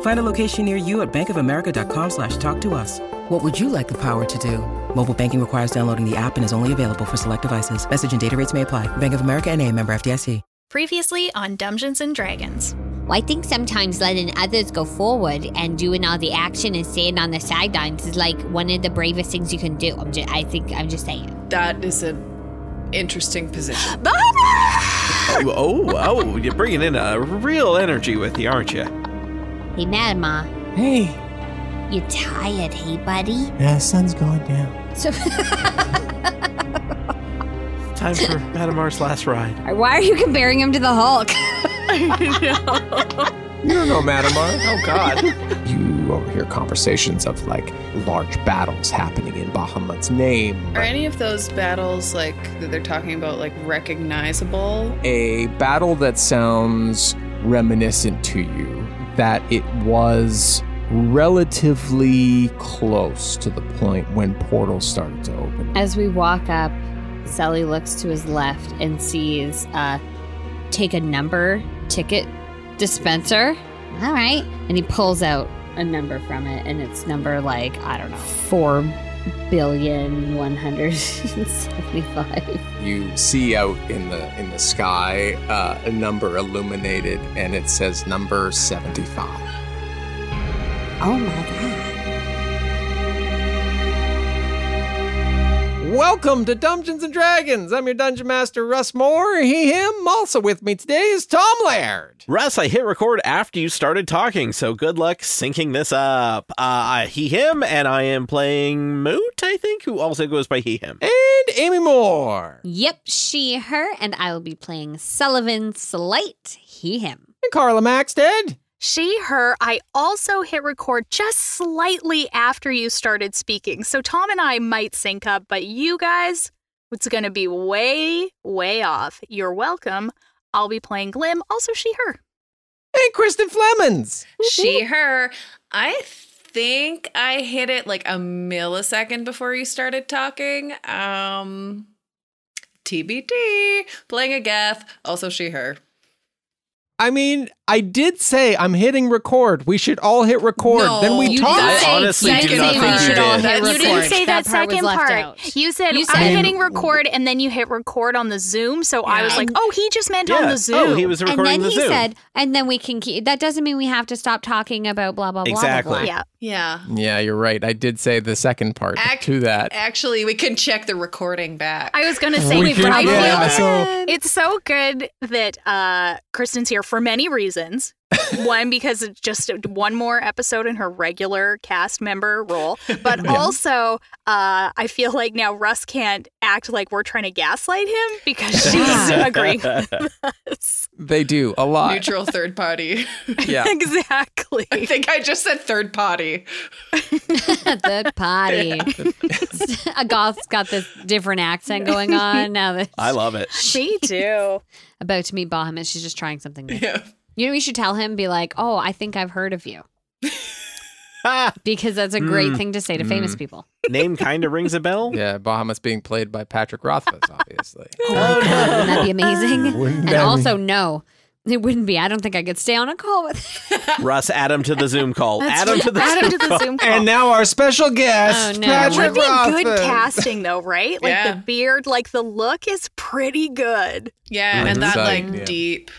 Find a location near you at bankofamerica.com slash talk to us. What would you like the power to do? Mobile banking requires downloading the app and is only available for select devices. Message and data rates may apply. Bank of America and a member FDIC. Previously on Dungeons and Dragons. Well, I think sometimes letting others go forward and doing all the action and staying on the sidelines is like one of the bravest things you can do. I'm just, I think I'm just saying. That is an interesting position. Oh, oh, you're bringing in a real energy with you, aren't you? Hey, Madma, Hey, you're tired, hey, buddy. yeah, sun's going down. So, Time for Madamar's last ride. why are you comparing him to the Hulk? You don't know Matamar. Oh, God. you overhear conversations of like large battles happening in Bahamut's name. Are any of those battles like that they're talking about like recognizable? A battle that sounds reminiscent to you that it was relatively close to the point when portals started to open. As we walk up, Sally looks to his left and sees uh take a number ticket dispenser. all right. And he pulls out a number from it, and it's number like, I don't know, four billion one hundred and seventy-five. You see out in the in the sky uh, a number illuminated, and it says number seventy-five. Oh my God. Welcome to Dungeons and Dragons. I'm your dungeon master, Russ Moore. He, him. Also with me today is Tom Laird. Russ, I hit record after you started talking, so good luck syncing this up. Uh, I- he, him, and I am playing Moot, I think, who also goes by he, him. And Amy Moore. Yep, she, her, and I will be playing Sullivan Slight, he, him. And Carla Maxted. She, her, I also hit record just slightly after you started speaking. So Tom and I might sync up, but you guys, it's going to be way, way off. You're welcome. I'll be playing Glim, also she, her. And Kristen Flemons. she, her. I think I hit it like a millisecond before you started talking. Um TBD. Playing a Geth. Also she, her. I mean, I did say I'm hitting record. We should all hit record. No, then we you talk. I didn't. honestly you do didn't not say think we you should all did. hit You didn't record. say that, That part was second left part. out. You said You I'm said- hitting record and then you hit record on the Zoom. So I was Yeah. like, oh, he just meant on Yeah. the Zoom. Oh, he was And recording then the he Zoom. said, and then we can keep, that doesn't mean we have to stop talking about blah, blah, blah, blah, Exactly. blah. Yeah. Yeah. Yeah, you're right. I did say the second part Act- to that. Actually, we can check the recording back. I was going to say, We can- I feel yeah, so- It's so good that uh, Kristen's here for many reasons. One, because it's just one more episode in her regular cast member role. But also, uh, I feel like now Russ can't act like we're trying to gaslight him because she's agreeing with us. They do a lot. Neutral third party. Yeah. exactly. I think I just said third party. Third party. a goth's got this different accent going on now that I love it. Me too. about to meet Bahamut. She's just trying something new. Yeah. You know, you should tell him, be like, oh, I think I've heard of you. Ah, Because that's a great Mm. thing to say to famous Mm. people. name kind of rings a bell. Yeah, Bahamut's being played by Patrick Rothfuss, obviously. Oh, Wouldn't that be amazing? Wouldn't and that also, no, it wouldn't be. I don't think I could stay on a call with no. Russ, add him to the Zoom call. Add him to the Add him Zoom to the Zoom call. And now our special guest, Oh, no. Patrick would be good Rothfuss. casting though, right? Like Yeah. the beard, like the look is pretty good. Yeah, and that Inside, like yeah. deep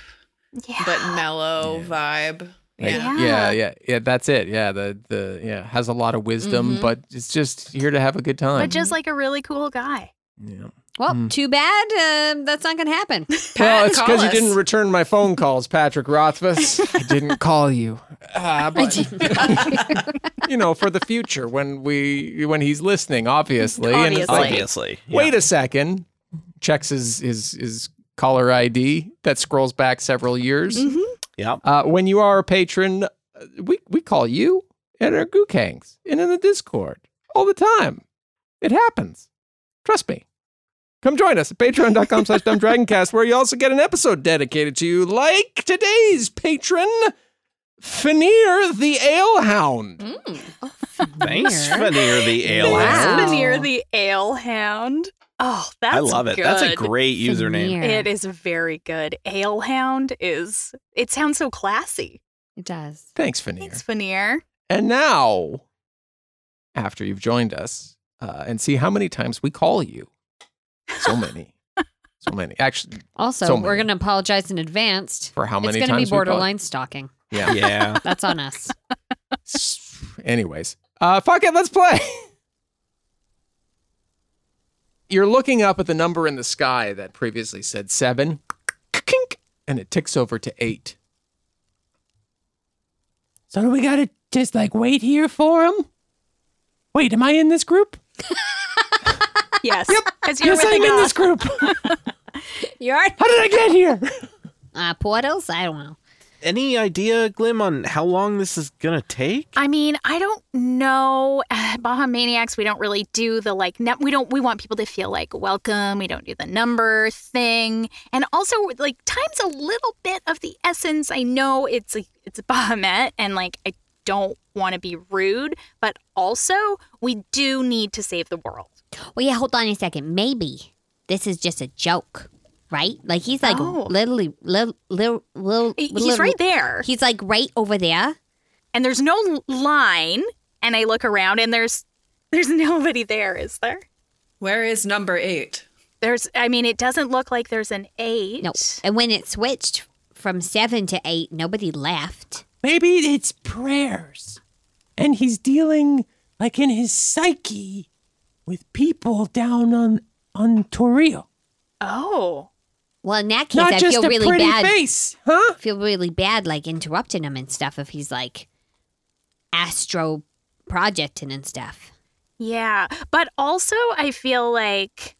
Yeah. but mellow vibe. Like, Yeah. yeah, Yeah. yeah, yeah. That's it. Yeah, the the yeah has a lot of wisdom, Mhm. but it's just here to have a good time. but just like a really cool guy. Yeah. Well, Hmm. too bad. Um, that's not going to happen. well, it's call because you us. didn't return my phone calls, Patrick Rothfuss. I didn't call you. Uh, but, you know, for the future when we when he's listening, obviously. and it's like, Obviously. Wait a second. Checks his his his caller ID that scrolls back several years. Yeah. Uh, when you are a patron, uh, we we call you at our gook hangs and in the Discord all the time. It happens. Trust me. Come join us at patreon.com slash dumbdragoncast, where you also get an episode dedicated to you, like today's patron, Fenir the Ale Hound. Hmm. Thanks, Veneer the Ale. Wow. Veneer the Ale Hound. Oh, that's I love it. That's a good. great username. Veneer. It is very good. Ale Hound is. It sounds so classy. It does. Thanks, Fenir. Thanks, Veneer. And now, after you've joined us, uh, and see how many times we call you. So many. so many. Actually, Also, So we're many. going to apologize in advance. for how It's many going to be times we call- borderline stalking. Yeah. Yeah. That's on us. Anyways, uh, fuck it, let's play. You're looking up at the number in the sky that previously said seven, kink, and it ticks over to eight. So do we gotta just like wait here for him? Wait, am I in this group? Yes. Yep. As you're Yes, with I'm the in goth. this group. You're at How did I get here? uh, portals. I don't know. Any idea, Glim, on how long this is gonna take? I mean, I don't know. Baja Maniacs, we don't really do the like, num- we don't, we want people to feel like welcome. We don't do the number thing. And also, like, time's a little bit of the essence. I know it's like, it's Baja Met and like, I don't want to be rude, but also, we do need to save the world. Well, yeah. Hold on a second. Maybe this is just a joke, right? Like he's like Oh. literally, little, little, little, He- He's right there. He's like right over there. And there's no l- line. And I look around and there's, there's nobody there, is there? Where is number eight? There's, I mean, it doesn't look like there's an eight. No. And when it switched from seven to eight, nobody left. Maybe it's prayers. And he's dealing, like in his psyche, with people down on on Torrio. Oh. Well, in that case, Not I just feel a really pretty bad. face, huh? Feel really bad, like interrupting him and stuff. If he's like astro projecting and stuff. Yeah, but also I feel like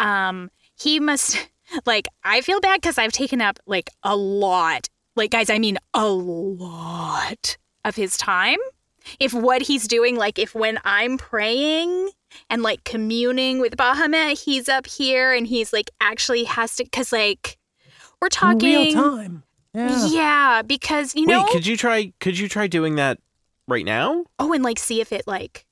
um he must like I feel bad cuz I've taken up like a lot. Like guys, I mean a lot of his time. If what he's doing like if when I'm praying and like communing with Bahamut, he's up here and he's like actually has to cuz like we're In talking real time. Yeah. Yeah. because you know Wait, could you try could you try doing that right now? oh and like see if it like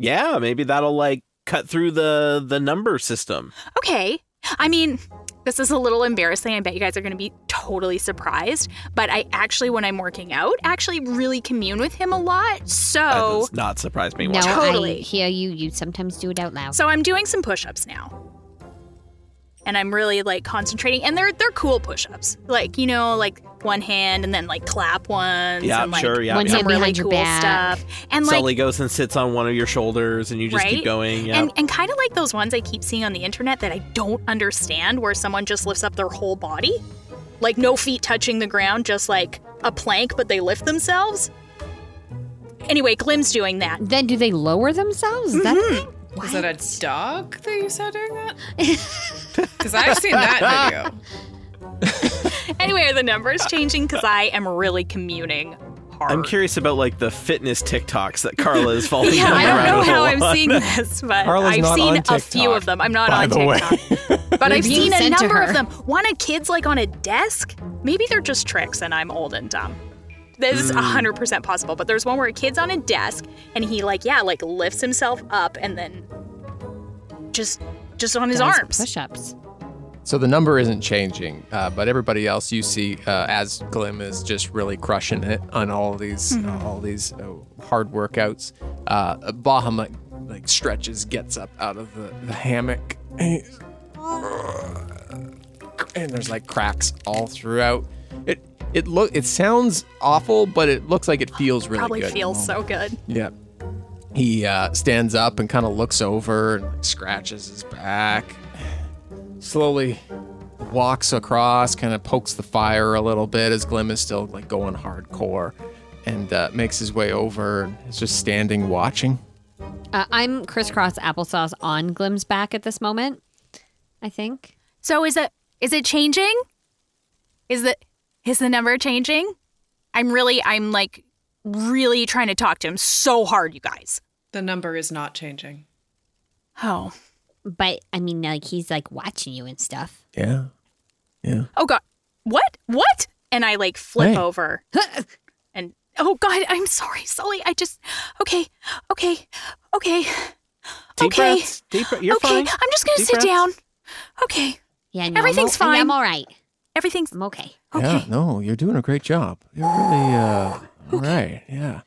Yeah, maybe that'll like cut through the the number system. Okay. I mean, this is a little embarrassing. I bet you guys are going to be totally surprised. But I actually, when I'm working out, actually really commune with him a lot. That So, does not surprise me. No, one- I Totally. hear you. You sometimes do it out loud. so I'm doing some push-ups now, and I'm really like concentrating. And they're they're cool push-ups. Like you know, like one hand and then like clap ones. Yeah, and, like, sure, yeah. One yeah. Some hand really behind your cool back. stuff. And like Sully goes and sits on one of your shoulders and you just Right? keep going. Yeah. And, and kind of like those ones I keep seeing on the internet that I don't understand, where someone just lifts up their whole body, like no feet touching the ground, just like a plank, but they lift themselves. Anyway, Glim's doing that. Then do they lower themselves? Is that Mm-hmm. a thing? Is Why? it a dog that you saw doing that? Because I've seen that video. Anyway, are the numbers changing? Because I am really commuting hard. I'm curious about like the fitness TikToks that Carla is following. Yeah, I don't know around how a I'm lot. seeing this, but Carla's I've not seen on a few TikTok, of them. I'm not by on the way. TikTok. But I've You're being seen a sent to number of her. them. One of kids like on a desk. Maybe they're just tricks and I'm old and dumb. This Mm. is 100% possible, but there's one where a kid's on a desk and he like yeah, like lifts himself up and then just just on his arms. Push ups. So the number isn't changing, uh, but everybody else you see uh, as Glim is just really crushing it on all these Mm-hmm. all these uh, hard workouts. Uh, Bahamut like stretches, gets up out of the, the hammock, and there's like cracks all throughout. It it look it sounds awful, but it looks like it feels really Probably good. feels so good. Yeah. He uh, stands up and kind of looks over and like, scratches his back. slowly walks across, kind of pokes the fire a little bit as Glim is still like going hardcore, and uh, makes his way over and is just standing watching. Uh, I'm crisscross applesauce on Glim's back at this moment. I think. So is it is it changing? Is the is the number changing? I'm really I'm like really trying to talk to him so hard, you guys. The number is not changing. Oh. But I mean, like he's like watching you and stuff. Yeah. Yeah. Oh god. What? What? And I like flip Hey. over. and oh god, I'm sorry, Sully. I just Okay. Okay. Okay. Deep okay. breaths. Deep breath. You're okay. fine. I'm just going to Deep sit breaths. down. Okay. Yeah, no, I'm Everything's o- yeah, fine. I'm all right. Everything's I'm okay. okay. Yeah. No, you're doing a great job. You're really uh, all right. Yeah.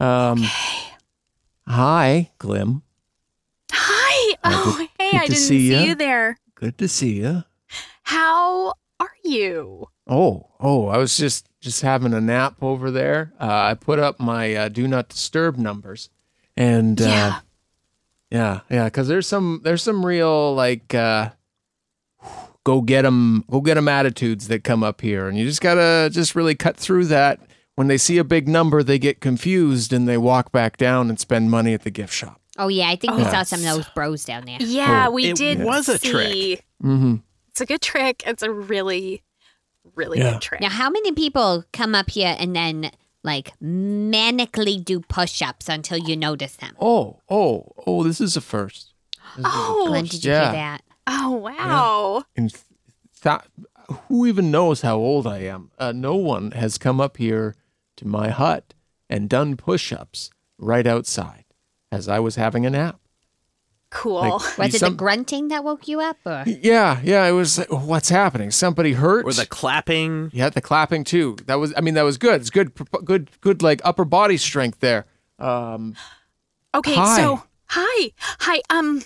Um, Hi, Glim. Hi. Uh, Oh, good- hey, good I to didn't see see ya. you there. Good to see you. How are you? Oh, oh, I was just just having a nap over there. Uh, I put up my uh, do not disturb numbers, and Yeah. uh, yeah, yeah, because there's some there's some real like uh, go get 'em go get 'em attitudes that come up here, and you just gotta just really cut through that. When they see a big number, they get confused and they walk back down and spend money at the gift shop. Oh yeah, I think we Oh. saw some of those bros down there. Yeah, Oh, we it did. was a see. trick. Mm-hmm. It's a good trick. It's a really, really Yeah. good trick. Now, how many people come up here and then like manically do push-ups until you notice them? Oh, oh, oh! This is a first. This is a Oh. Glenn, did you yeah. hear that? Oh wow! and th- th- who even knows how old I am? Uh, no one has come up here to my hut and done push-ups right outside as I was having a nap. Cool. Like, Was it some- the grunting that woke you up? Or? yeah, yeah. It was. Like, what's happening? Somebody hurt. Or the clapping. yeah, the clapping too. That was. I mean, that was good. It's good. prop- Good. Good. Like upper body strength there. Um. okay, hi. so hi, hi. Um,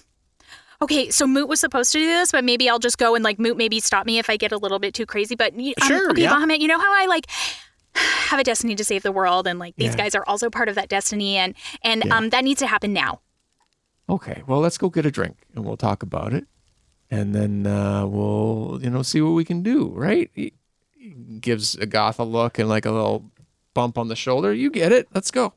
okay, so Moot was supposed to do this, but maybe I'll just go and like Moot. Maybe stop me if I get a little bit too crazy. But y- um, Sure, okay, yeah. Bahamut, you know how I like have a destiny to save the world, and like these guys are also part of that destiny, and and um that needs to happen now. Okay. Well, let's go get a drink and we'll talk about it, and then uh, we'll you know see what we can do. Right? He he gives a goth a look and like a little bump on the shoulder. You get it. Let's go.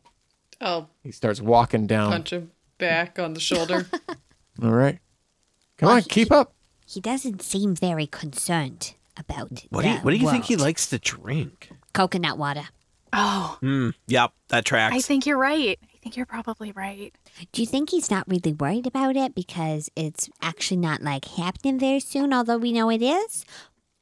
I'll He starts walking down. punch him back on the shoulder. All right. Come on, keep up. He doesn't seem very concerned about What do you, the what do you think he world. likes to drink? Coconut water. Oh, Mm, yep, that tracks. I think you're right. I think you're probably right. Do you think he's not really worried about it because it's actually not like happening very soon, although we know it is?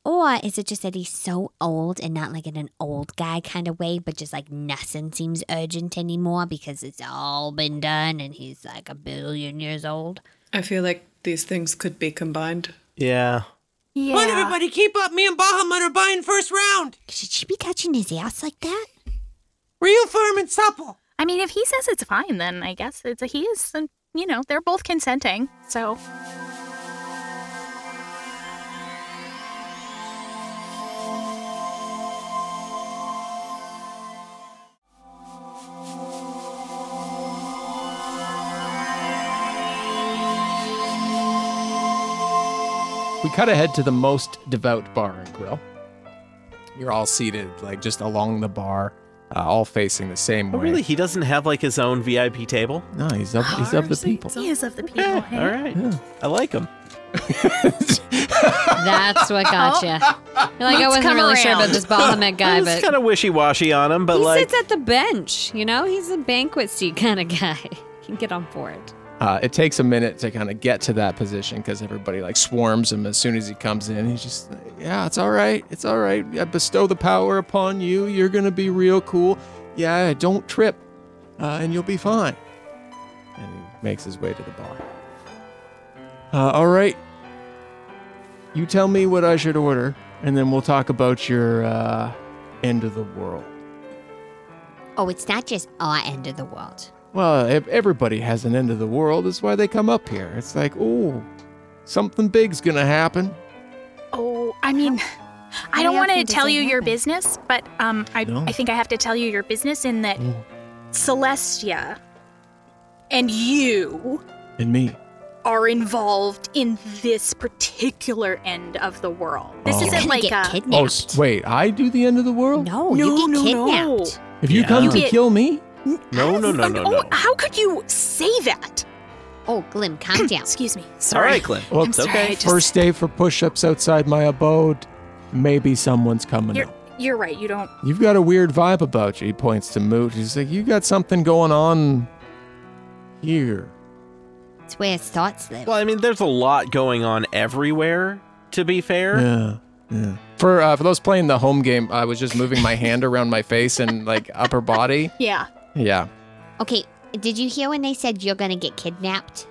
Or is it just that he's so old and not like in an old guy kind of way, but just like nothing seems urgent anymore because it's all been done and he's like a billion years old? I feel like these things could be combined. yeah. Yeah. keep up. Me and Bahamut are buying first round. Should she be touching his ass like that? Real firm and supple. I mean, if he says it's fine, then I guess it's a he is. then, You know, they're both consenting. So We cut ahead to the most devout bar and grill. You're all seated like just along the bar, uh, all facing the same Oh, way. really? He doesn't have like his own VIP table? No, he's up. He's up the people. he is of the people. Yeah, hey? all right. Yeah. I like him. That's what gotcha. Like, I wasn't come really sure about around. this Bahamut guy, It's but. kind of wishy-washy on him, but he like sits at the bench, you know? He's a banquet seat kind of guy. He can get on board. Uh, it takes a minute to kind of get to that position because everybody like swarms him as soon as he comes in. He's just, like, yeah, it's all right, it's all right. I bestow the power upon you. You're gonna be real cool. Yeah, don't trip, uh, and you'll be fine. And he makes his way to the bar. Uh, all right, you tell me what I should order, and then we'll talk about your uh, end of the world. Oh, it's not just our end of the world. Well, if everybody has an end of the world. That's why they come up here. It's like, oh, something big's gonna happen. Oh, I mean, Uh-huh. I don't want often to does tell that you your happen? business, but um, I, No. I think I have to tell you your business in that Mm. Celestia and you And me, are involved in this particular end of the world. This Oh. You isn't can like get a kidnapped. Oh, s- wait, I do the end of the world? No, you get kidnapped. If you Yeah. come You to get- kill me, No, no, no, no, Oh, no. how could you say that? Oh, Glim, calm down. Excuse me. All Sorry. right, Clint. Well, I'm it's sorry, okay. I just- first day for push ups outside my abode, maybe someone's coming You're, up. you're right. You don't. You've got a weird vibe about you, he points to Moot. He's like, You got something going on here. It's where his thoughts live. Well, I mean, there's a lot going on everywhere. To be fair, Yeah. Yeah. For uh, for those playing the home game, I was just moving my hand around my face and like upper body. Yeah. Yeah. Okay, did you hear when they said you're gonna get kidnapped?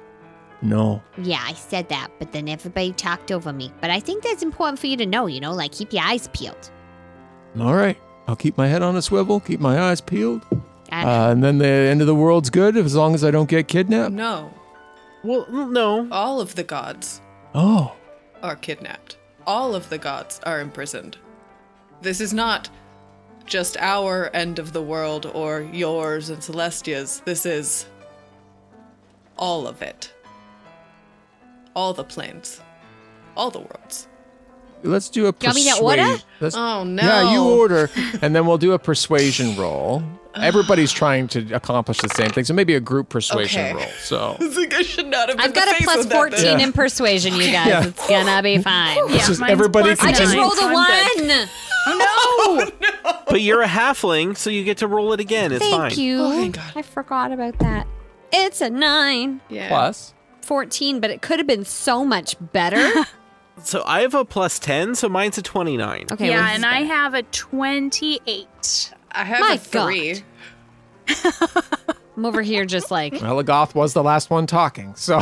No. Yeah, I said that, but then everybody talked over me. But I think that's important for you to know, you know, like keep your eyes peeled. All right. I'll keep my head on a swivel, keep my eyes peeled. I Uh, and then the end of the world's good as long as I don't get kidnapped. No, well, no. all of the gods Oh. are kidnapped. All of the gods are imprisoned. This is not just our end of the world or yours and Celestia's. This is all of it. All the planes. All the worlds. Let's do a you want me persuasion. to order? Let's, Oh, Yeah, you no. order, and then we'll do a persuasion roll. Everybody's trying to accomplish the same thing, so maybe a group persuasion Okay. roll. So It's like I should not have been I've got a plus 14 Yeah. in persuasion, you guys. Yeah. It's gonna be fine. This yeah, is mine's everybody plus can I just Nine. rolled a I'm good. one. But you're a halfling, so you get to roll it again. It's Thank fine. you. Oh, thank God. I forgot about that. It's a nine. Yeah. plus. 14, but it could have been so much better. So I have a plus ten, so mine's a twenty-nine. Okay, yeah, well, and I have a 28. I have My a three. God. I'm over here just like, Well, Goth was the last one talking, so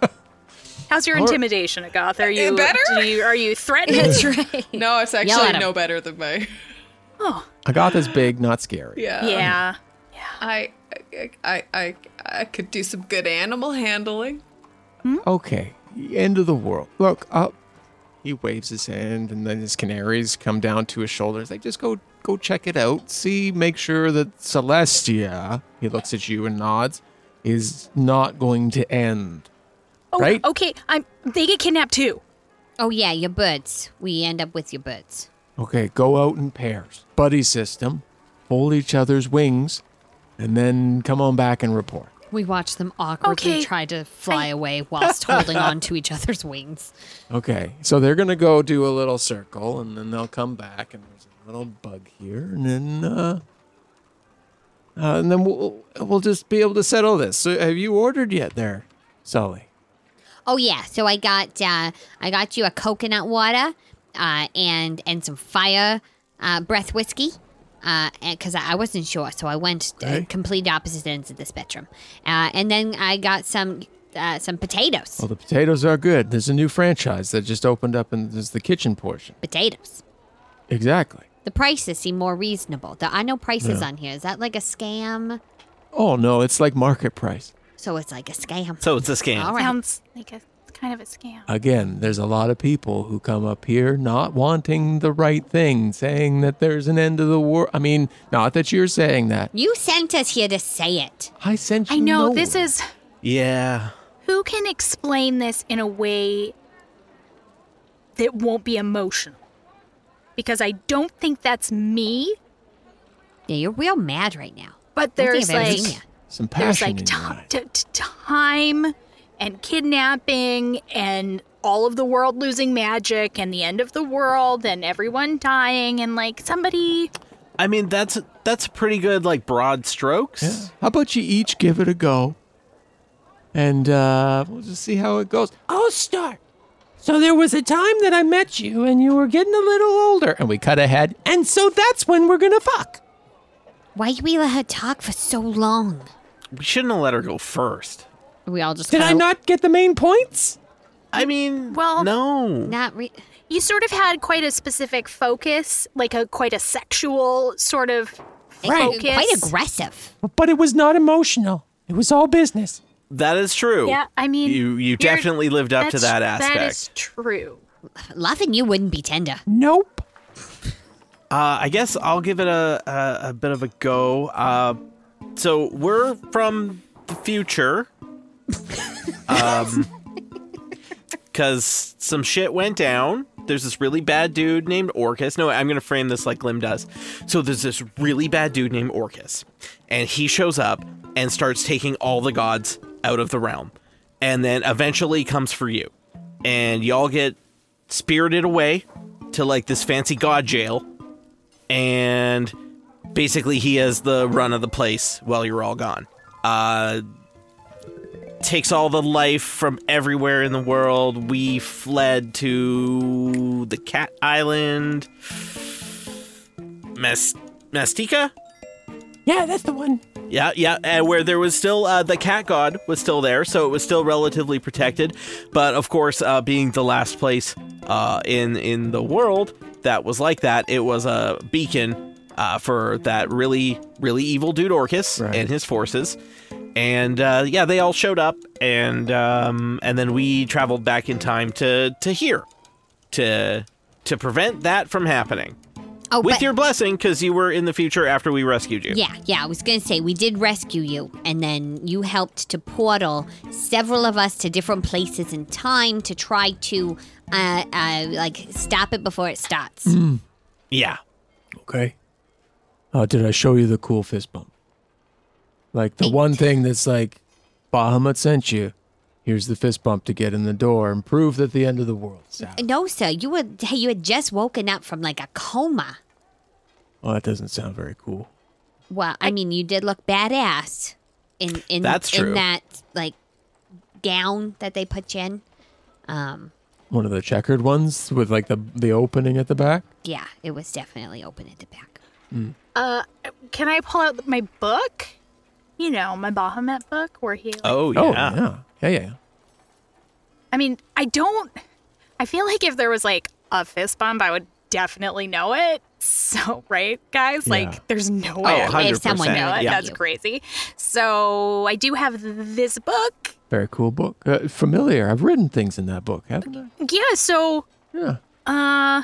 How's your Or- intimidation, Agoth? Are you better? do you- are you threatening? that's right. No, it's Yell at actually him. no better than my. Goth is big, not scary. Yeah. yeah. I, I, I, I, I could do some good animal handling. Okay, end of the world. Look up. He waves his hand, and then his canaries come down to his shoulders. Like, just go, go check it out. See, make sure that Celestia. He looks at you and nods. Is not going to end. Oh, Right? okay. I'm they get kidnapped too. Oh, yeah, your birds. We end up with your birds. Okay, go out in pairs, buddy system, hold each other's wings, and then come on back and report. We watch them awkwardly Okay. try to fly away whilst holding on to each other's wings. Okay, so they're gonna go do a little circle, and then they'll come back, and there's a little bug here, and then, uh, uh and then we'll we'll just be able to settle this. So, have you ordered yet, there, Sully? Oh yeah, so I got uh, I got you a coconut water uh, and and some fire uh, breath whiskey because I I wasn't sure, so I went uh, Okay. complete opposite ends of the spectrum, uh, and then I got some uh, some potatoes. Well, the potatoes are good. There's a new franchise that just opened up, and there's the kitchen portion. Potatoes. Exactly. The prices seem more reasonable. There are no prices on here. Is that like a scam? Oh no, it's like market price. So it's like a scam. So it's a scam. All right. Sounds like a kind of a scam. Again, there's a lot of people who come up here not wanting the right thing, saying that there's an end of the war. I mean, not that you're saying that. you sent us here to say it. I sent you. I know this nowhere. is Yeah. who can explain this in a way that won't be emotional. Because I don't think that's me, Yeah, you're real mad right now. but I don't think there's I've ever like seen ya. some there's passion. like in your ti- eyes. t- t- time and kidnapping and all of the world losing magic and the end of the world and everyone dying and like somebody I mean, that's that's pretty good, like broad strokes. Yeah. How about you each give it a go? And uh, we'll just see how it goes. I'll start. So there was a time that I met you and you were getting a little older. And we cut ahead. And so that's when we're going to fuck. Why did we let her talk for so long? We shouldn't have let her go first. We all just Did I kinda- not get the main points? I mean, Well- no. Not re- you sort of had quite a specific focus, like a quite a sexual sort of Like, focus. quite aggressive. But it was not emotional, it was all business. That is true. Yeah, I mean, you you you're- definitely lived up to That's- that That aspect. is true. Loving you wouldn't be tender. Nope. Uh, I guess I'll give it a, a, a bit of a go. Uh, so we're from the future. Um, because some shit went down. There's this really bad dude named Orcus. No, I'm gonna frame this like Glim does. So there's this really bad dude named Orcus, and he shows up and starts taking all the gods out of the realm, and then eventually comes for you, and y'all get spirited away to like this fancy god jail, and basically he has the run of the place while you're all gone. Uh, takes all the life from everywhere in the world. We fled to the Cat Island. Mas- Mastika? Yeah, that's the one. Yeah, yeah, and where there was still uh, the cat god was still there, so it was still relatively protected. But of course, uh, being the last place uh, in in the world that was like that, it was a beacon uh, for that really really evil dude Orcus Right. and his forces. And uh, yeah, they all showed up, and um, and then we traveled back in time to to here to to prevent that from happening Oh, with but, your blessing, because you were in the future after we rescued you. yeah, yeah. I was gonna say we did rescue you, and then you helped to portal several of us to different places in time to try to, uh, uh like stop it before it starts. yeah. Okay. Uh, did I show you the cool fist bump? Like the one thing that's like, Bahamut sent you. Here's the fist bump to get in the door and prove that the end of the world's out. No, sir. You were hey, you had just woken up from like a coma. Well, Oh, that doesn't sound very cool. Well, I, mean, you did look badass in in That's true. in that like gown that they put you in. Um, One of the checkered ones with like the the opening at the back. yeah, it was definitely open at the back. Uh, can I pull out my book? You know, my Bahamut book where he. like- Oh yeah. Oh yeah, yeah, yeah. yeah. I mean, I don't. I feel like if there was like a fist bump, I would definitely know it. So, right, guys? Yeah. Like, there's no way I would If someone 100%, knew know it. yeah. That's You. crazy. So, I do have this book. Very cool book. Uh, familiar. I've written things in that book, haven't I? Yeah, so, Yeah. uh,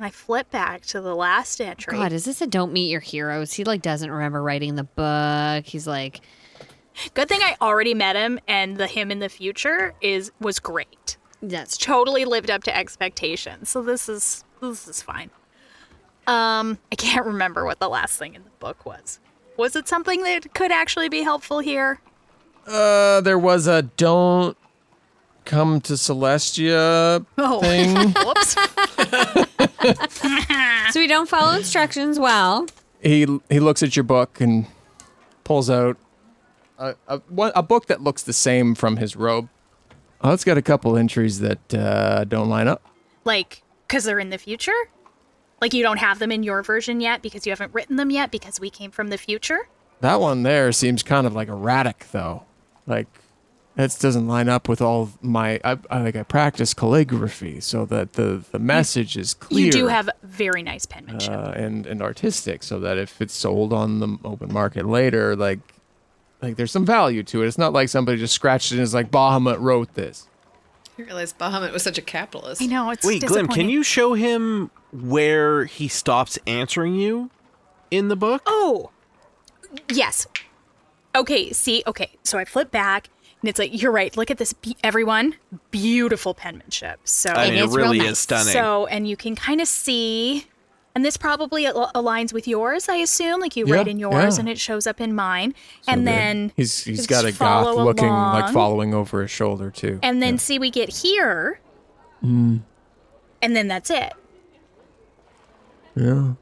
I flip back to the last entry. God, is this a don't meet your heroes? He like doesn't remember writing the book. He's like, Good thing I already met him, and the him in the future is was great. that's true. totally lived up to expectations. So this is this is fine. Um, I can't remember what the last thing in the book was. Was it something that could actually be helpful here? Uh, there was a don't come to Celestia Oh. thing. Whoops. So we don't follow instructions well. he he looks at your book and pulls out a a, one, a book that looks the same from his robe. Oh, it's got a couple entries that uh, don't line up. like, because they're in the future? Like, you don't have them in your version yet because you haven't written them yet because we came from the future? That one there seems Seems kind of like erratic though. Like that doesn't line up with all of my. I, I like I practice calligraphy so that the the message is clear. Mm. You do have very nice penmanship. uh, and and artistic, so that if it's sold on the open market later, like like there's some value to it. It's not like somebody just scratched it and is like Bahamut wrote this. You realize Bahamut was such a capitalist. I know, it's Wait, Glim, can disappointing. you show him where he stops answering you in the book? Oh, yes. Okay, see, okay. So I flip back, and it's like, you're right. Look at this, be- everyone. Beautiful penmanship. So, I it mean, it is real really nice. is stunning. so and you can kind of see, and this probably al- aligns with yours, I assume. Like you Yeah, write in yours, yeah. and it shows up in mine. So and good. then he's he's just got a goth follow looking like along. following over his shoulder too. And then see, we get here, Mm. and then that's it. yeah,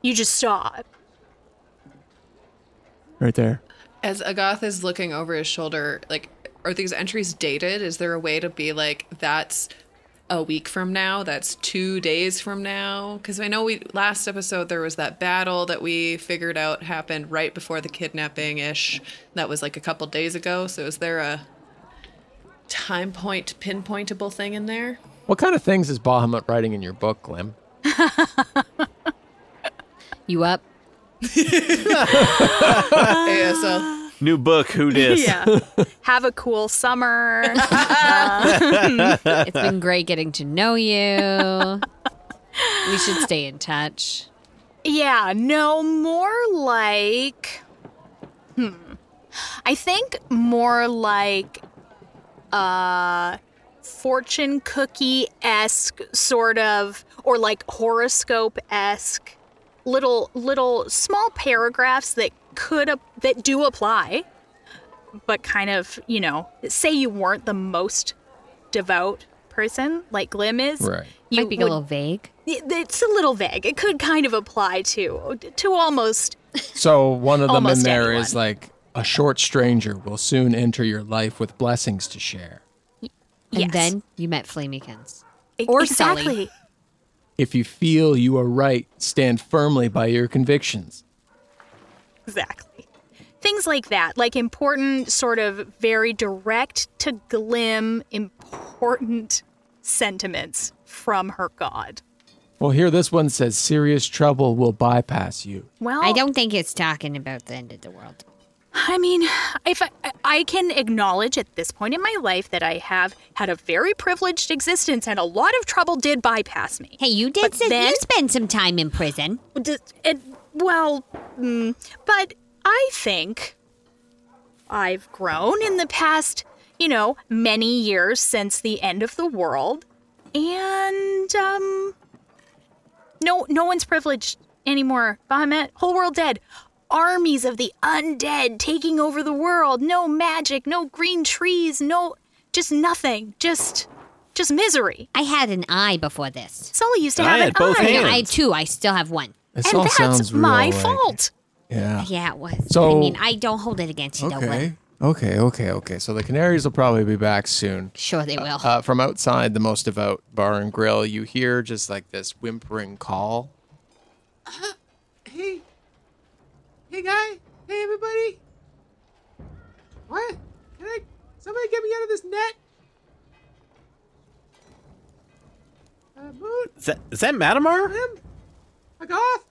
You just stop. right there. As Agath is looking over his shoulder, like, are these entries dated? Is there a way to be like, that's a week from now? That's two days from now? Because I know we last episode there was that battle that we figured out happened right before the kidnapping ish. That was like a couple days ago. So is there a time point pinpointable thing in there? what kind of things is Bahamut writing in your book, Glim? You up? Ah. ASL. New book, who dis? Yeah. Have a cool summer. It's been great getting to know you. we should stay in touch. Yeah, no, more like. Hmm. I think more like uh fortune cookie esque sort of or like horoscope esque little little small paragraphs that could ap- that do apply but kind of you know say you weren't the most devout person like glim is Right. Might be a little vague. it- it's a little vague it could kind of apply to to almost So one of them in Almost there is anyone. like a short stranger will soon enter your life with blessings to share. And yes. then you met Flamikins. E- or Sully. exactly If you feel you are right, stand firmly by your convictions. Exactly. Things like that, like important, sort of very direct to glim, important sentiments from her god. Well, here this one says serious trouble will bypass you. Well, I don't think it's talking about the end of the world. I mean, if I, I can acknowledge at this point in my life that I have had a very privileged existence and a lot of trouble did bypass me. Hey, you did But say then- you spent some time in prison. D- It, well, mm, but I think I've grown in the past, you know, many years since the end of the world, and um, no, no one's privileged anymore. Bahamut, whole world dead. Armies of the undead taking over the world. No magic, no green trees, no, just nothing. Just, just misery. I had an eye before this. Sully used to I have an had both eye. hands. I had two. I still have one. This And all that's sounds real, my like- fault. Yeah. Yeah, it was. I So- mean, I don't hold it against you, though. Will. Okay. Okay. Okay. Okay. So the canaries will probably be back soon. Sure, they will. Uh, from outside the most devout bar and grill, you hear just like this whimpering call. Hey. Hey, guy. Hey, everybody. What? Can I? Somebody get me out of this net. Uh, Moon, Is that, is that Matamar? Lim, a goth.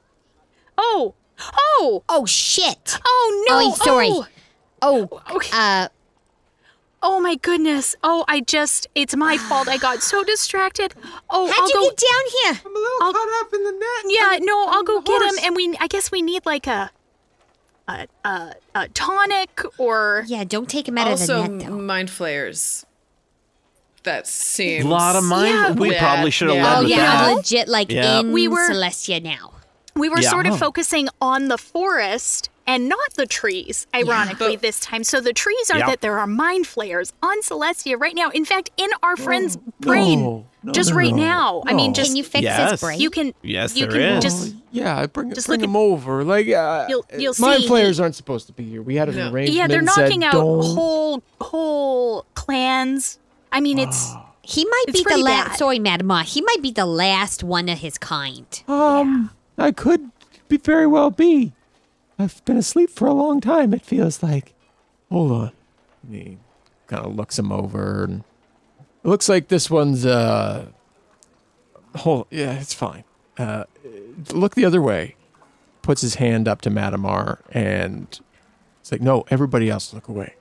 Oh, oh, oh, shit. oh no! Oh, sorry. Oh, Oh, Okay. uh, oh my goodness! Oh, I just—it's my fault. I got so distracted. Oh, how'd I'll you go. get down here? I'm a little I'll- caught up in the net. yeah, I'm- no, I'll I'm go a get him. horse. And we—I guess we need like a, a, a, a tonic or Yeah, don't take him out also, mm, of the net, though. mind flayers. That seems A lot of mine. Yeah. we Yeah, probably should have yeah. led Oh, with yeah, that. I'm legit, like Yeah. in We were- Celestia now. we were Yeah. sort of focusing on the forest and not the trees, ironically But- this time. So the trees are Yeah. that there are mind flares on Celestia right now. In fact, in our friend's brain, No, no, just no, right no, now. I mean, no. just Can you fix Yes. his brain? you can Yes, you there can is. just Yeah, I bring Just bring look at- him over. Like, uh, You'll- you'll mind see flayers he- aren't supposed to be here. We had an No. arrangement. Yeah, they're and said, knocking out "Don't." whole whole clans. I mean, it's He might It's be the pretty last. bad. Sorry, Madam Ma. He might be the last one of his kind. Um, I could be very well be. I've been asleep for a long time. It feels like. Hold on. And He kind of looks him over, and it looks like this one's uh. Hold. Yeah, it's fine. Uh, look the other way. Puts his hand up to Matamar, and it's like, no, everybody else, look away.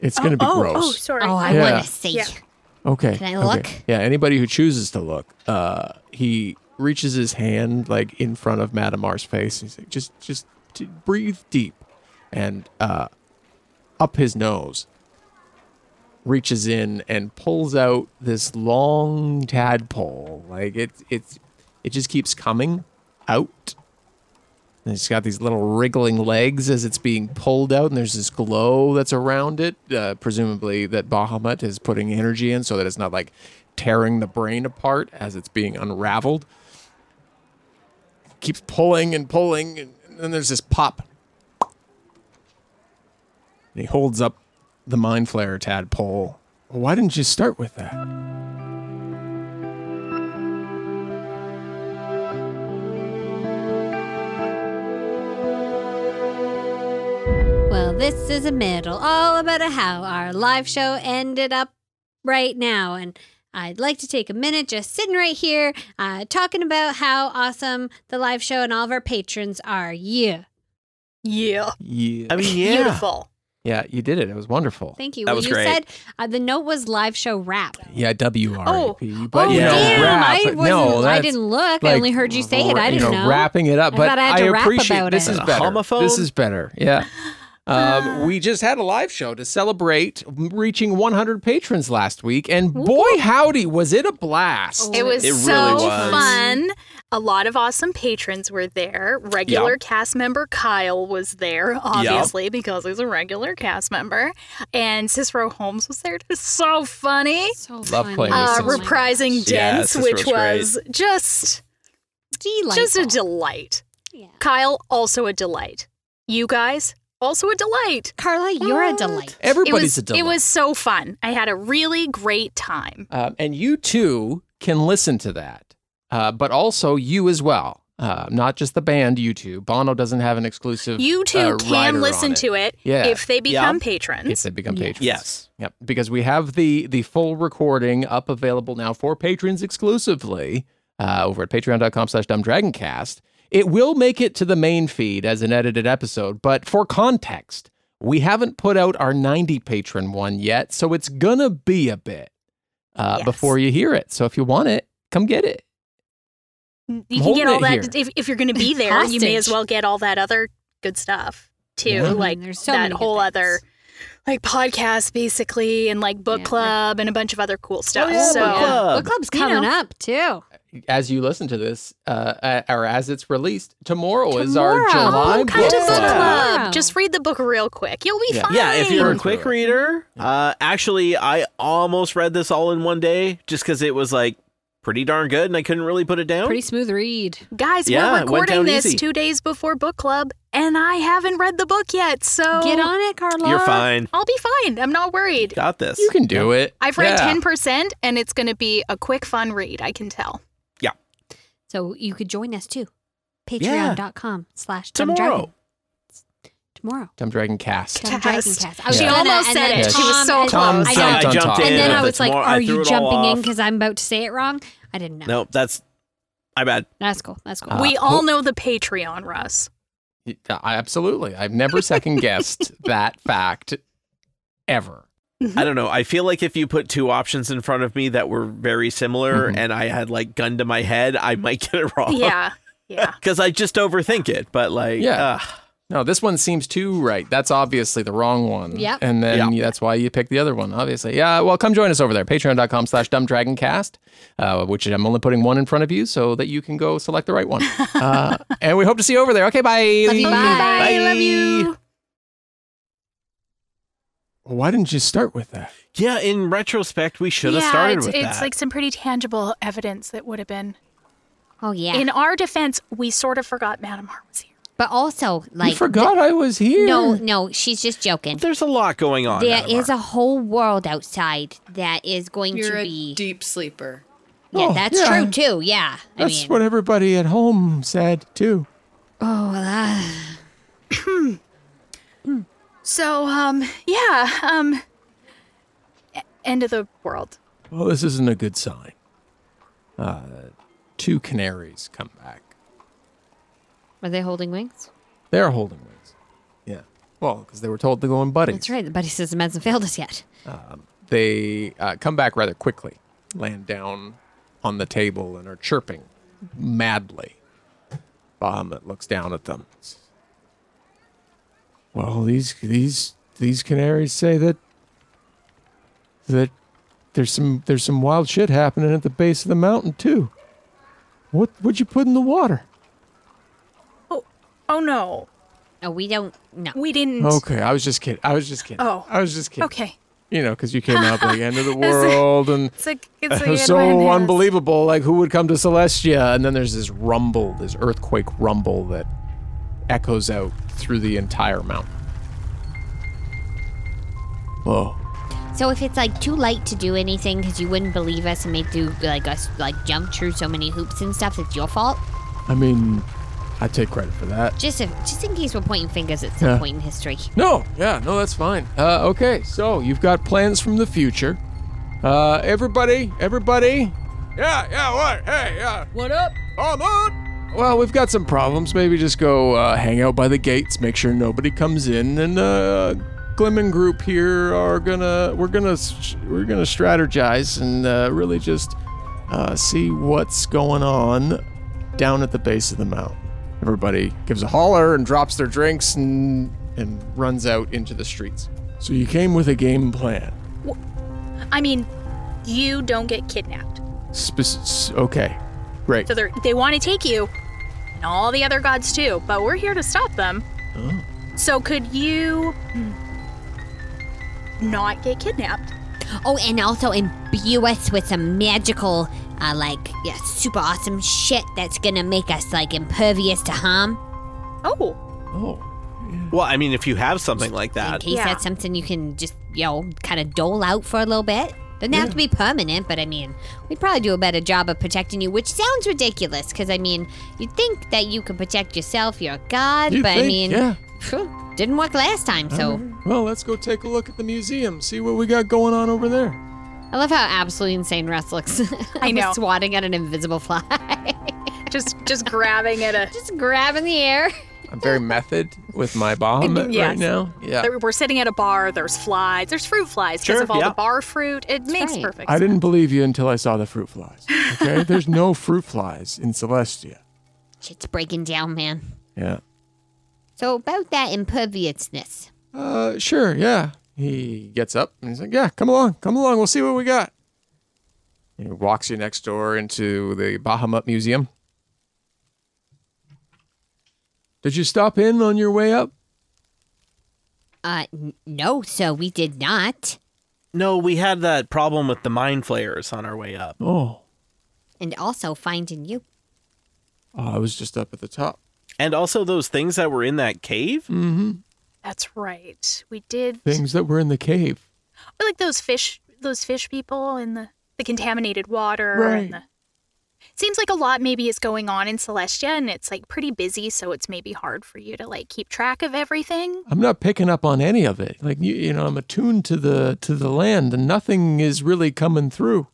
It's gonna be oh, gross. oh, sorry. Oh, I Yeah. want to see. Yeah. Okay. Can I okay. look? Yeah, anybody who chooses to look, uh, he reaches his hand like in front of Madamar's face. He's like, just, just t- breathe deep, and uh, up his nose, reaches in and pulls out this long tadpole. Like it, it's, it just keeps coming out. And it's got these little wriggling legs as it's being pulled out, and there's this glow that's around it, uh, presumably that Bahamut is putting energy in so that it's not like tearing the brain apart as it's being unraveled. Keeps pulling and pulling, and then there's this pop. And he holds up the Mind Flayer tadpole. Why didn't you start with that? Well, this is a middle all about how our live show ended up right now. And I'd like to take a minute just sitting right here uh, talking about how awesome the live show and all of our patrons are. Yeah. yeah, Yeah. I mean, yeah. beautiful. yeah, you did it. It was wonderful. Thank you. That Well, was you great. said uh, the note was live show wrap. Yeah, W R A Oh. P. But Oh, you know, Damn, rap. I, wasn't, no, I that's didn't look. I like, only heard you say it. I you didn't know. Wrapping it up, I but thought I had to rap appreciate about this it. is Is it a better. homophone? This is better. Yeah. Um, we just had a live show to celebrate reaching 100 patrons last week, and boy, howdy, was it a blast! It was It really so was. fun. A lot of awesome patrons were there. Regular cast member Kyle was there, obviously, because he's a regular cast member. And Cicero Holmes was there. It was so funny. So Love playing with Uh, Oh my reprising Yeah, Dents, Cicero's which great. was just Delightful. just a delight. Yeah. Kyle, also a delight. You guys, also a delight. Carla, you're a What? delight. It Everybody's was, a delight. It was so fun. I had a really great time. Um, and you too can listen to that, uh, but also you as well. Uh, not just the band, you two. Bono doesn't have an exclusive. You two uh, rider can listen on to it Yeah. if they become If patrons. they become patrons. Yes. Yep. Because we have the the full recording up available now for patrons exclusively uh, over at patreon.com slash dumbdragoncast. It will make it to the main feed as an edited episode, but for context, we haven't put out our 90 patron one yet, so it's gonna be a bit uh, Yes. before you hear it. So if you want it, come get it. you can holding get all it that here. if, if you're going to be there. You may as Hostage. Mm, well get all that other good stuff too, Yeah. I mean, like there's so that many good whole things. other like podcast basically, and like book Yeah, we're- club and a bunch of other Oh, cool stuff. yeah, so book club. Book club's You know. coming up too. As you listen to this, uh, uh, or as it's released, tomorrow, is Tomorrow. our July Oh, book come to book club. club. Wow. Just read the book real quick. You'll be Yeah. fine. Yeah, if you're a quick Through it. reader, uh, actually, I almost read this all in one day just because it was like pretty darn good and I couldn't really put it down. Pretty smooth read. Guys, Yeah, it we're went recording down this easy. two days before book club, and I haven't read the book yet. So Get on it, Carla. You're fine. I'll be fine. I'm not worried. Got this. You can do it. I've read Yeah. ten percent, and it's going to be a quick, fun read. I can tell. So you could join us too. Yeah. Patreon.com slash Tomorrow. dumbdragon. Tomorrow. Dumb Dragon Cast. Dumb Dragon Cast. I She gonna- almost and said then it. She was so Tom- Tom close. I Yeah, know. I jumped jumped on in. And then Yeah, I but was like, tomorrow- I are threw you it all jumping in off. because I'm about to say it wrong? I didn't know. Nope, that's my bad. That's cool. That's cool. Uh, we all hope- know the Patreon, Russ. Yeah, I- absolutely. I've never second guessed that fact ever. I don't know. I feel like if you put two options in front of me that were very similar Mhm. and I had like gun to my head, I might get it wrong. Mm-hmm. Yeah, yeah. Because I just overthink it. But like, uh, Yeah. yeah. No, this one seems too right. That's obviously the wrong one. Yep. And then that's why you pick the other one, obviously. Yeah, well, come join us over there, patreon.com slash dumbdragoncast, uh, which I'm only putting one in front of you so that you can go select the right one. Uh, and we hope to see you over there. Okay, bye. Love you. Bye. I love you. Why didn't you start with that? Yeah, in retrospect, we should have yeah, started it's, with it's that. like some pretty tangible evidence that would have been. Oh, yeah. In our defense, we sort of forgot Madame Hart was here. but also, I like, you forgot I was here. no, no, she's just joking. There's a lot going oh, on. There Adamar. is a whole world outside that is going You're to a be. deep sleeper. yeah, Oh, that's yeah. true too. Yeah. That's I mean, what everybody at home said too. oh, well, uh, So, um, yeah, um, e- end of the world. Well, this isn't a good sign. Uh, two canaries come back. are they holding wings? They're holding wings. Yeah. Well, because they were told to go in buddies. That's right. The buddy system hasn't failed us yet. They uh, come back rather quickly, land down on the table and are chirping madly. Bahamut looks down at them. Well, these these these canaries say that that there's some there's some wild shit happening at the base of the mountain too. What would you put in the water? Oh no, No, we don't. No. we didn't. Okay, I was just kidding. I was just kidding. Oh. I was just kidding. Okay. You know, because you came out like end of the world and It's like it's it was like so unbelievable. Like, who would come to Celestia? And then there's this rumble, this earthquake rumble that echoes out through the entire mountain. Whoa. So if it's like too late to do anything because you wouldn't believe us and make do like us like jump through so many hoops and stuff, it's your fault. I mean, I take credit for that. Just if, just in case we're pointing fingers at some Yeah. point in history. No, yeah, no, that's fine. Uh, okay, so you've got plans from the future. Uh, everybody, everybody. Yeah, yeah, what? Hey, yeah. What up? on. Well, we've got some problems. Maybe just go uh, hang out by the gates, make sure nobody comes in, and uh, Glim and group here are gonna we're gonna s- we're gonna strategize and uh, really just uh, see what's going on down at the base of the mountain. Everybody gives a holler and drops their drinks and and runs out into the streets. So you came with a game plan. I mean, you don't get kidnapped. Spec- s- okay, great. So they they want to take you, and all the other gods too. But we're here to stop them. Oh. So could you hmm, not get kidnapped? Oh, and also imbue us with some magical, uh, like, yeah, super awesome shit that's gonna make us, like, impervious to harm. Oh, Well, I mean, if you have something like In that, case Uh, yeah. that's something you can just, you know, kind of dole out for a little bit. Doesn't have to be permanent, but I mean, we'd probably do a better job of protecting you, which sounds ridiculous, because I mean, you'd think that you could protect yourself, you're a god, You but I think, mean, yeah. phew, didn't work last time, Uh-huh. so. Well, let's go take a look at the museum, see what we got going on over there. I love how absolutely insane Russ looks. I know. swatting at an invisible fly, just just grabbing at a. just grabbing the air. I'm very method with my Bahamut right Yes. now. Yeah. there- We're sitting at a bar. There's flies. There's fruit flies because Sure, of all yeah. the bar fruit. It makes right. perfect. I didn't believe you until I saw the fruit flies. Okay? There's no fruit flies in Celestia. Shit's breaking down, man. Yeah. So about that imperviousness. Uh, sure, yeah. He gets up and he's like, Yeah, come along, come along, we'll see what we got. And he walks you next door into the Bahamut Museum. Did you stop in on your way up? Uh, n- no, so we did not. no, we had that problem with the mind flayers on our way up. Oh, And also finding you. oh I was just up at the top. And also those things that were in that cave? Mm. That's right. We did. Things that were in the cave. I like those fish those fish people and the, the contaminated water Right. and the seems like a lot maybe is going on in celestia and it's like pretty busy so it's maybe hard for you to like keep track of everything I'm not picking up on any of it. Like you, you know, I'm attuned to the to the land, and nothing is really coming through.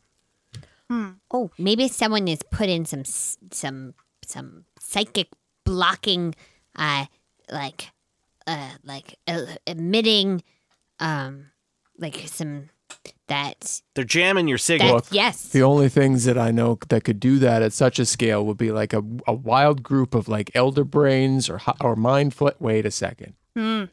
Oh, maybe someone has put in some s- some some psychic blocking, uh, like, uh, like uh, emitting, um, like some that They're jamming your signal. that yes. The only things that I know that could do that at such a scale would be like a, a wild group of like elder brains or hi- or mind fl- Wait a second. Hmm.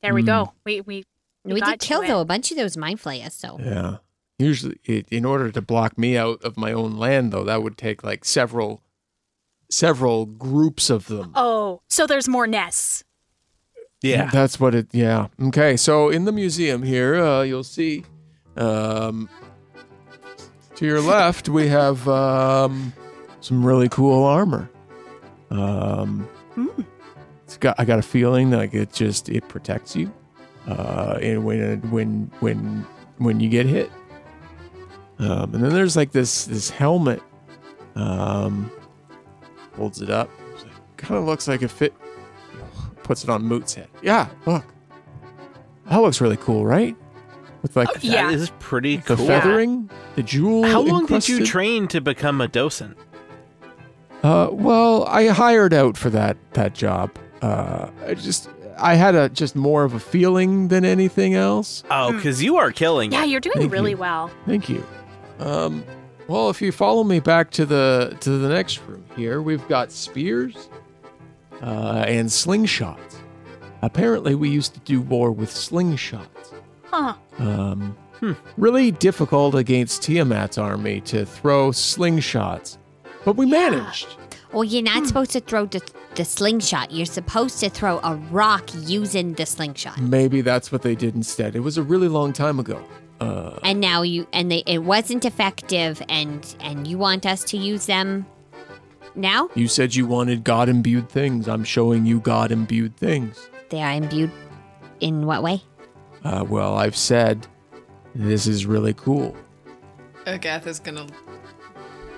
there we Mm. go we we we did got eh? to kill it. though a bunch of those mind flayers, so Yeah. Usually, it, in order to block me out of my own land, though, that would take like several, several groups of them. oh so there's more nests Yeah. That's what it. Yeah. Okay. So in the museum here, uh, you'll see, um, to your left we have um, some really cool armor. Um, Hmm. it's got. I got a feeling like it just it protects you. Uh, and when when when when you get hit. Um, and then there's like this this helmet. Um, holds it up. Kind of looks like it fit puts it on Moot's head. Yeah, look. That looks really cool, right? With like Oh, yeah. That is pretty the cool. feathering, the jewel. How long did you encrusted- train to become a docent? Uh, well, I hired out for that that job. Uh, I just I had a just more of a feeling than anything else. Oh, because you are killing Mm. yeah it. you're doing Thank really you. well Thank you. Um, well, if you follow me back to the to the next room here, we've got spears uh, and slingshots. Apparently, we used to do war with slingshots. huh Um, Really difficult against Tiamat's army to throw slingshots, but we managed. Well, you're not supposed to throw the, the slingshot. You're supposed to throw a rock using the slingshot. Maybe that's what they did instead. It was a really long time ago. Uh, And now you and they it wasn't effective and and you want us to use them now? you said you wanted God imbued things. I'm showing you God imbued things. They are imbued in what way? Uh, well, I've said this is really cool. Agath is gonna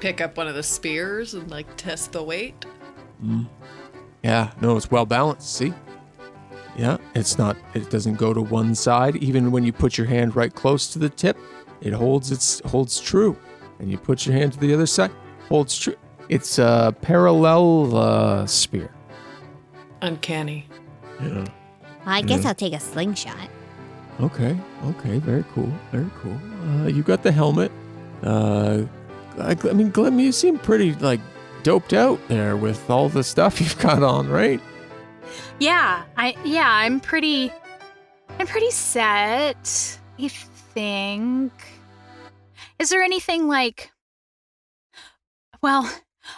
pick up one of the spears and like test the weight. Yeah, no, it's well balanced. See? Yeah, it's not, it doesn't go to one side. Even when you put your hand right close to the tip, it holds its holds true. And you put your hand to the other side, holds true. It's a parallel uh, spear. Uncanny. Yeah. Well, I guess I'll take a slingshot. Okay. Okay. Very cool. Very cool. Uh, you got the helmet. Uh, I, I mean, Glim, you seem pretty like doped out there with all the stuff you've got on, right? Yeah, I yeah, I'm pretty I'm pretty set. I think. Is there anything like Well,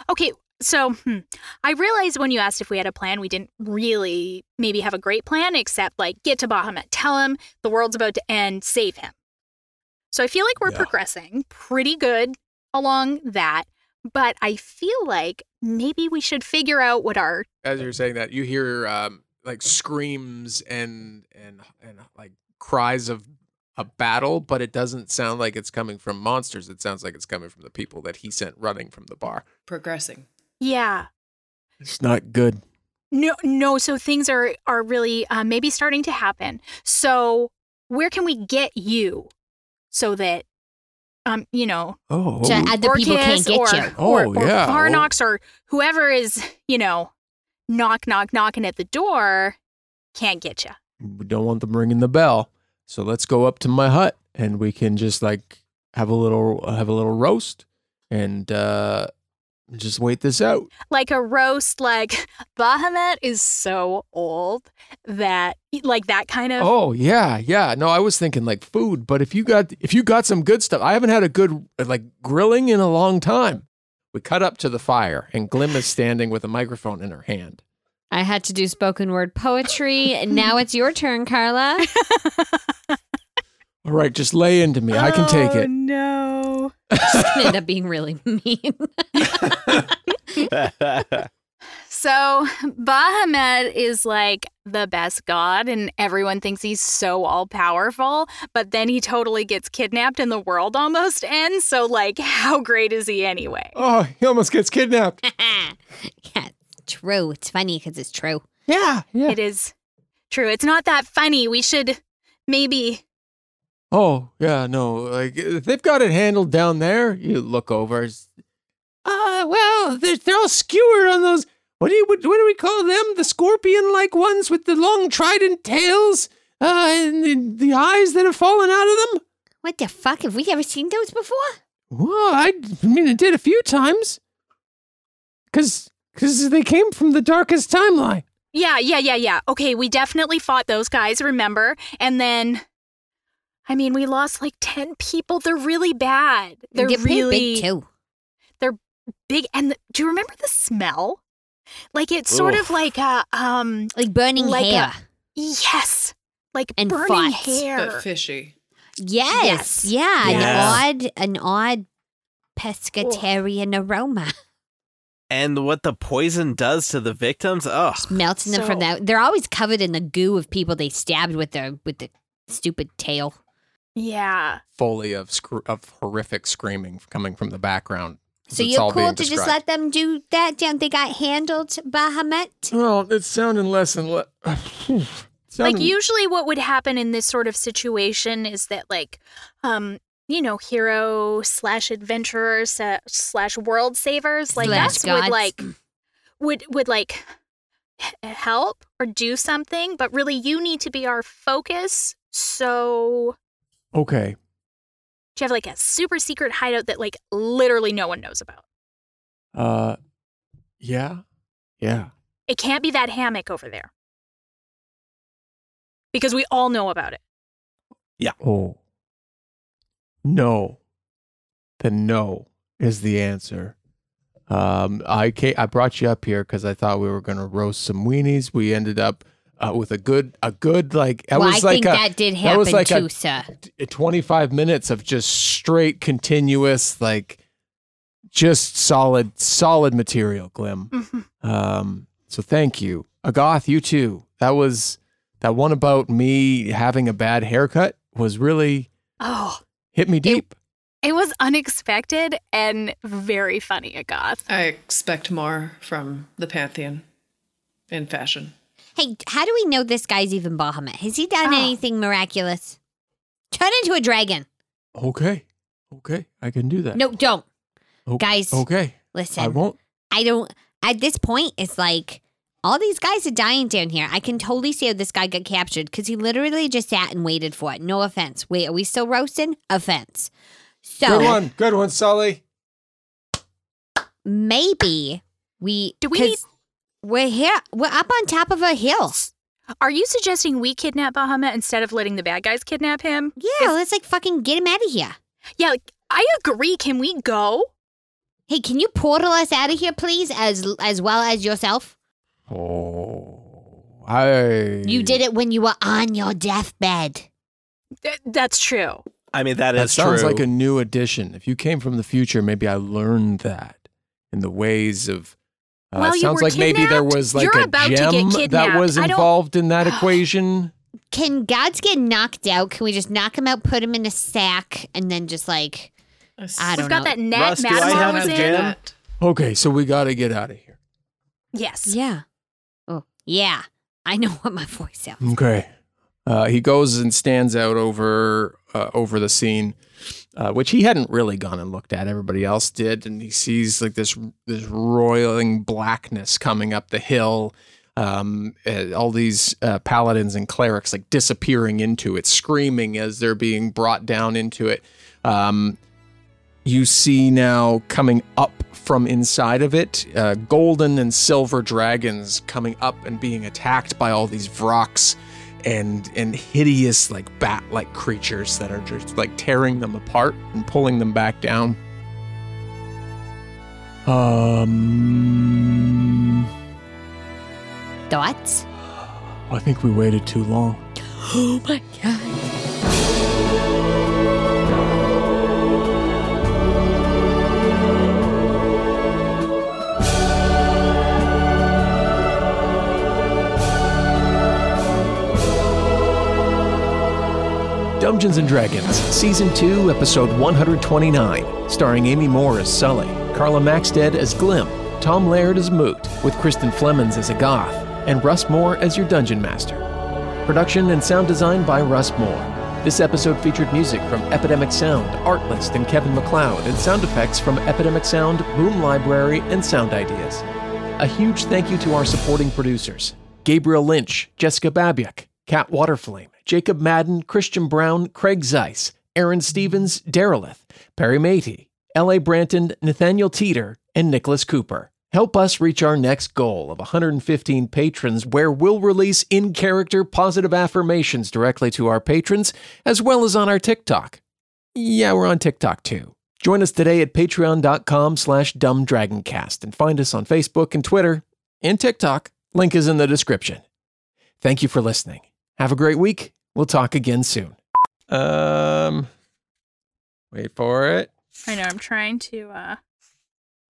okay, so hmm, I realized when you asked if we had a plan, we didn't really maybe have a great plan except like get to Bahamut, tell him the world's about to end, save him. So I feel like we're Yeah. progressing pretty good along that, but I feel like maybe we should figure out what our As you're saying that, you hear um, like screams and and and like cries of a battle, but it doesn't sound like it's coming from monsters. It sounds like it's coming from the people that he sent running from the bar. Progressing. yeah, It's not good. No, no. So things are are really uh, maybe starting to happen. So where can we get you, so that, um, you know, Oh, Ju- uh, the people can't Orcus get or, or, you. Oh, or yeah. Varnox or whoever is, you know, knock knock knocking at the door, can't get you. we don't want them ringing the bell. So let's go up to my hut and we can just like have a little have a little roast and uh just wait this out. Like a roast, like Bahamut is so old that like that kind of. Oh yeah, yeah. No, I was thinking like food, but if you got if you got some good stuff, I haven't had a good uh, like grilling in a long time. We cut up to the fire, and Glim is standing with a microphone in her hand. I had to do spoken word poetry. and now it's your turn, Carla. All right, just lay into me. I can take Oh, it. No. She's gonna end up being really mean. So Bahamut is like the best god, and everyone thinks he's so all powerful, but then he totally gets kidnapped and the world almost ends. So, like, how great is he anyway? Oh, he almost gets kidnapped. yeah, it's true. It's funny because it's true. Yeah, yeah. It is true. It's not that funny. We should maybe. Oh, yeah, no. Like if they've got it handled down there. You look over. it's- Ah, well, they're, they're all skewered on those. What do you what, what do we call them? The scorpion-like ones with the long trident tails uh, and the, the eyes that have fallen out of them. What the fuck? Have we ever seen those before? Well, I, I mean, it did a few times. Cause, cause they came from the darkest timeline. Yeah, yeah, yeah, yeah. Okay, we definitely fought those guys, remember? And then. I mean, we lost like 10 people. They're really bad. They're They're pretty really big too. big and the, do you remember the smell like it's sort of Oof. like a um Like burning Like a- hair. yes like And burning farts. hair But fishy. Yes. Yes. Yeah. An Yeah. odd, an odd pescatarian aroma. and what the poison does to the victims? Ugh. Melting them from So- that. They're always covered in the goo of people they stabbed with their with the stupid tail. yeah Foley of scr- of horrific screaming coming from the background. as So it's you're all cool being to just described. let them do that down. They got handled, Bahamut. Well, it's sounding less and less. like usually what would happen in this sort of situation is that like um you know hero slash adventurer sa- slash world savers like Slash that's gods. would like would would like h- help or do something but really you need to be our focus so Okay. do you have like a super secret hideout that like literally no one knows about Uh, yeah, yeah. It can't be that hammock over there. Because we all know about it. Oh, no. The no is the answer. Um, I ca I brought you up here because I thought we were gonna roast some weenies. We ended up uh, with a good, a good like. That well, I was like think a, that did that happen was like a- too, sir. t- 25 minutes of just straight continuous like just solid solid material glim Mhm. Mm-hmm. um so thank you agoth you too that was that one about me having a bad haircut was really Oh, hit me deep it was unexpected and very funny, Agoth. I expect more from the Pantheon in fashion. Hey, how do we know this guy's even Bahamut? Has he done Oh. anything miraculous? Turn into a dragon. okay okay i can do that No, don't. O- guys, okay Listen. i won't I don't. At this point, it's like all these guys are dying down here. I can totally see how this guy got captured because he literally just sat and waited for it. No offense. Wait, are we still roasting? Offense. good So one good one sully maybe we Do we because need- We're here. We're up on top of a hill. Are you suggesting we kidnap Bahamut instead of letting the bad guys kidnap him? Yeah, let's like fucking get him out of here. Yeah, like, I agree. Can we go? Hey, can you portal us out of here, please, as as well as yourself? Oh, I. You did it when you were on your deathbed. Th- that's true. I mean, that That is sounds true. like a new addition. If you came from the future, maybe I learned that in the ways of. Uh, Well, you sounds were like maybe there kidnapped. was like You're a about to get gem that kidnapped. was I don't- Ah. involved in that equation. Can gods get knocked out? Can we just knock him out, put him in a sack, and then just like I We've don't got know. that net Russ, do I Matamar have was a in. jam? Okay, so we got to get out of here. Yes. Yeah. Oh yeah. I know what my voice sounds. Okay. Uh, he goes and stands out over uh, over the scene, uh, which he hadn't really gone and looked at. Everybody else did, and he sees like this this roiling blackness coming up the hill. Um, uh, all these uh, paladins and clerics like disappearing into it, screaming as they're being brought down into it. Um, you see now coming up from inside of it uh, golden and silver dragons coming up and being attacked by all these vrocks and and hideous like bat like creatures that are just like tearing them apart and pulling them back down um Thoughts? i think we waited too long Oh my god. Dungeons and Dragons, Season 2, Episode 129, starring Amy Moore as Sully, Carla Maxted as Glim, Tom Laird as Moot, with Kristen Flemons as a goth, and Russ Moore as your dungeon master. Production and sound design by Russ Moore. This episode featured music from Epidemic Sound, Artlist, and Kevin McLeod, and sound effects from Epidemic Sound, Boom Library, and Sound Ideas. A huge thank you to our supporting producers Gabriel Lynch, Jessica Babiak, Kat Waterflame, Jacob Madden, Christian Brown, Craig Zeiss, Aaron Stevens, Derelith, Perry Matey, L.A. Branton, Nathaniel Teeter, and Nicholas Cooper. Help us reach our next goal of 115 patrons, where we'll release in character positive affirmations directly to our patrons, as well as on our TikTok. Yeah, we're on TikTok too. Join us today at patreon.com slash dumbdragoncast and find us on Facebook and Twitter and TikTok. Link is in the description. Thank you for listening. Have a great week. We'll talk again soon. Um, wait for it. I know. I'm trying to. uh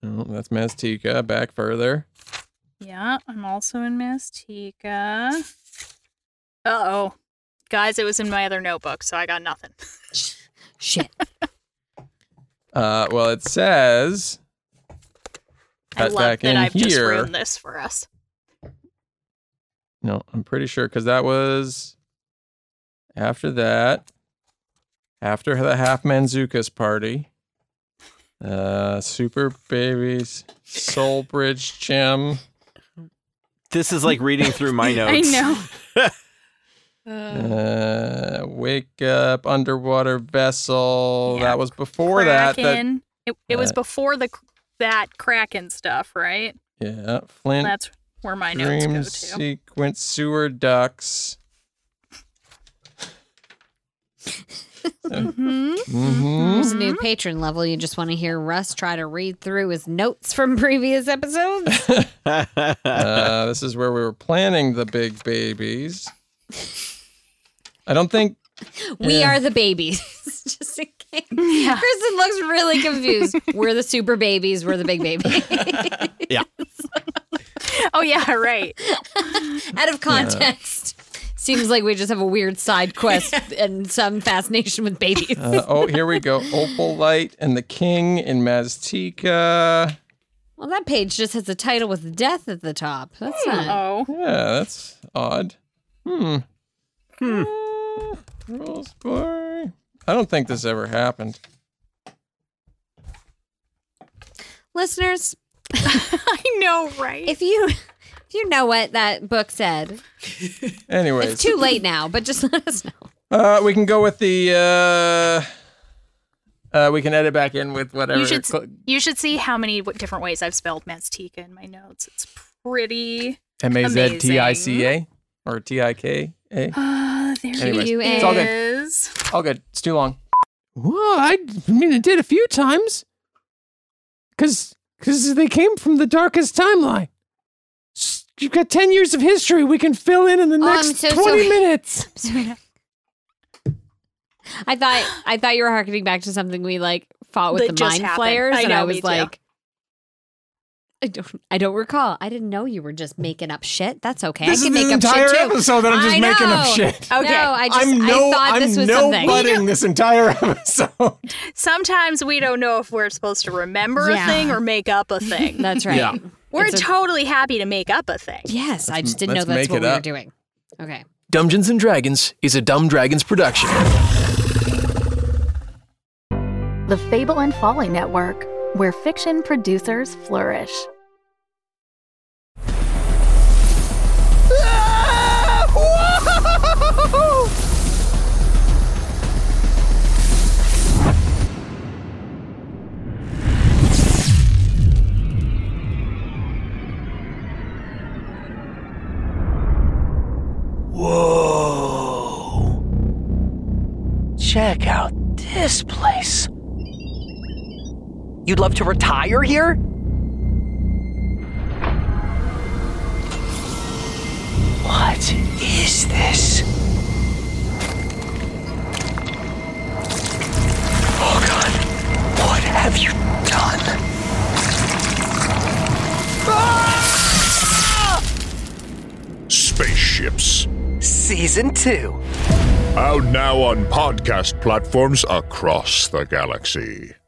Oh, that's Maztica. Back further. Yeah. I'm also in Mastika. Uh oh, guys. It was in my other notebook, so I got nothing. Shit. Uh, well, it says I Cut love back in that I've just here. ruined this for us. No, I'm pretty sure because that was after that, after the half Manzukas party. Uh, Super Babies, Soul Bridge Gym. this is like reading through my notes. I know. Uh, wake up, underwater vessel. Yeah, that was before that. that. Kraken. it, it was uh, before the that Kraken stuff, right? Yeah, Flint That's where my notes dream go to. sequence sewer ducks. Mhm. hmm There's a new patron level. You just want to hear Russ try to read through his notes from previous episodes. uh, this is where we were planning the big babies. I don't think we are the babies. just in case. Kristen looks really confused. we're the super babies. We're the big baby. Oh yeah, right. Out of context. Seems like we just have a weird side quest and some fascination with babies. Uh, oh, here we go. Opal Light and the King in Mazteca. well, that page just has a title with death at the top. That's not. Oh, Yeah, that's odd. Hmm. Hmm. Rules boy. I don't think this ever happened. Listeners, I know, right? if you if you know what that book said, Anyways, it's too late now, but just let us know. uh, we can go with the. Uh, uh, we can edit back in with whatever. you should cl- you should see how many w- different ways I've spelled Mazteca in my notes. It's pretty. M A Z T I C A or T I K A. Uh, there Anyways, it it's all good. is. All good. It's too long. Well, I d- I mean, it did a few times. Because cause they came from the darkest timeline. S- You've got 10 years of history we can fill in in the Oh, I'm next so 20 sorry. minutes. Sorry. I thought I thought you were harkening back to something we like fought with That the just mind happened. flayers, I and I know, me was too. like, I don't. I don't recall. I didn't know you were just making up shit. That's okay. this I is can the make up entire shit too. episode that I'm just I making up know. shit. Okay. No, I just I'm no, I thought am this was no something. butting this entire episode. Sometimes we don't know if we're supposed to remember Yeah. a thing or make up a thing. That's right. Yeah. we're It's a- totally happy to make up a thing. Yes, I Let's- just didn't know let's make that's what it we were up. doing. Okay. Dungeons and Dragons is a Dumb Dragons production. The Fable and Folly Network, where fiction producers flourish. Whoa! Check out this place. You'd love to retire here? What is this? Oh god, what have you done? Ah! Spaceships. Season 2. Out now on podcast platforms across the galaxy.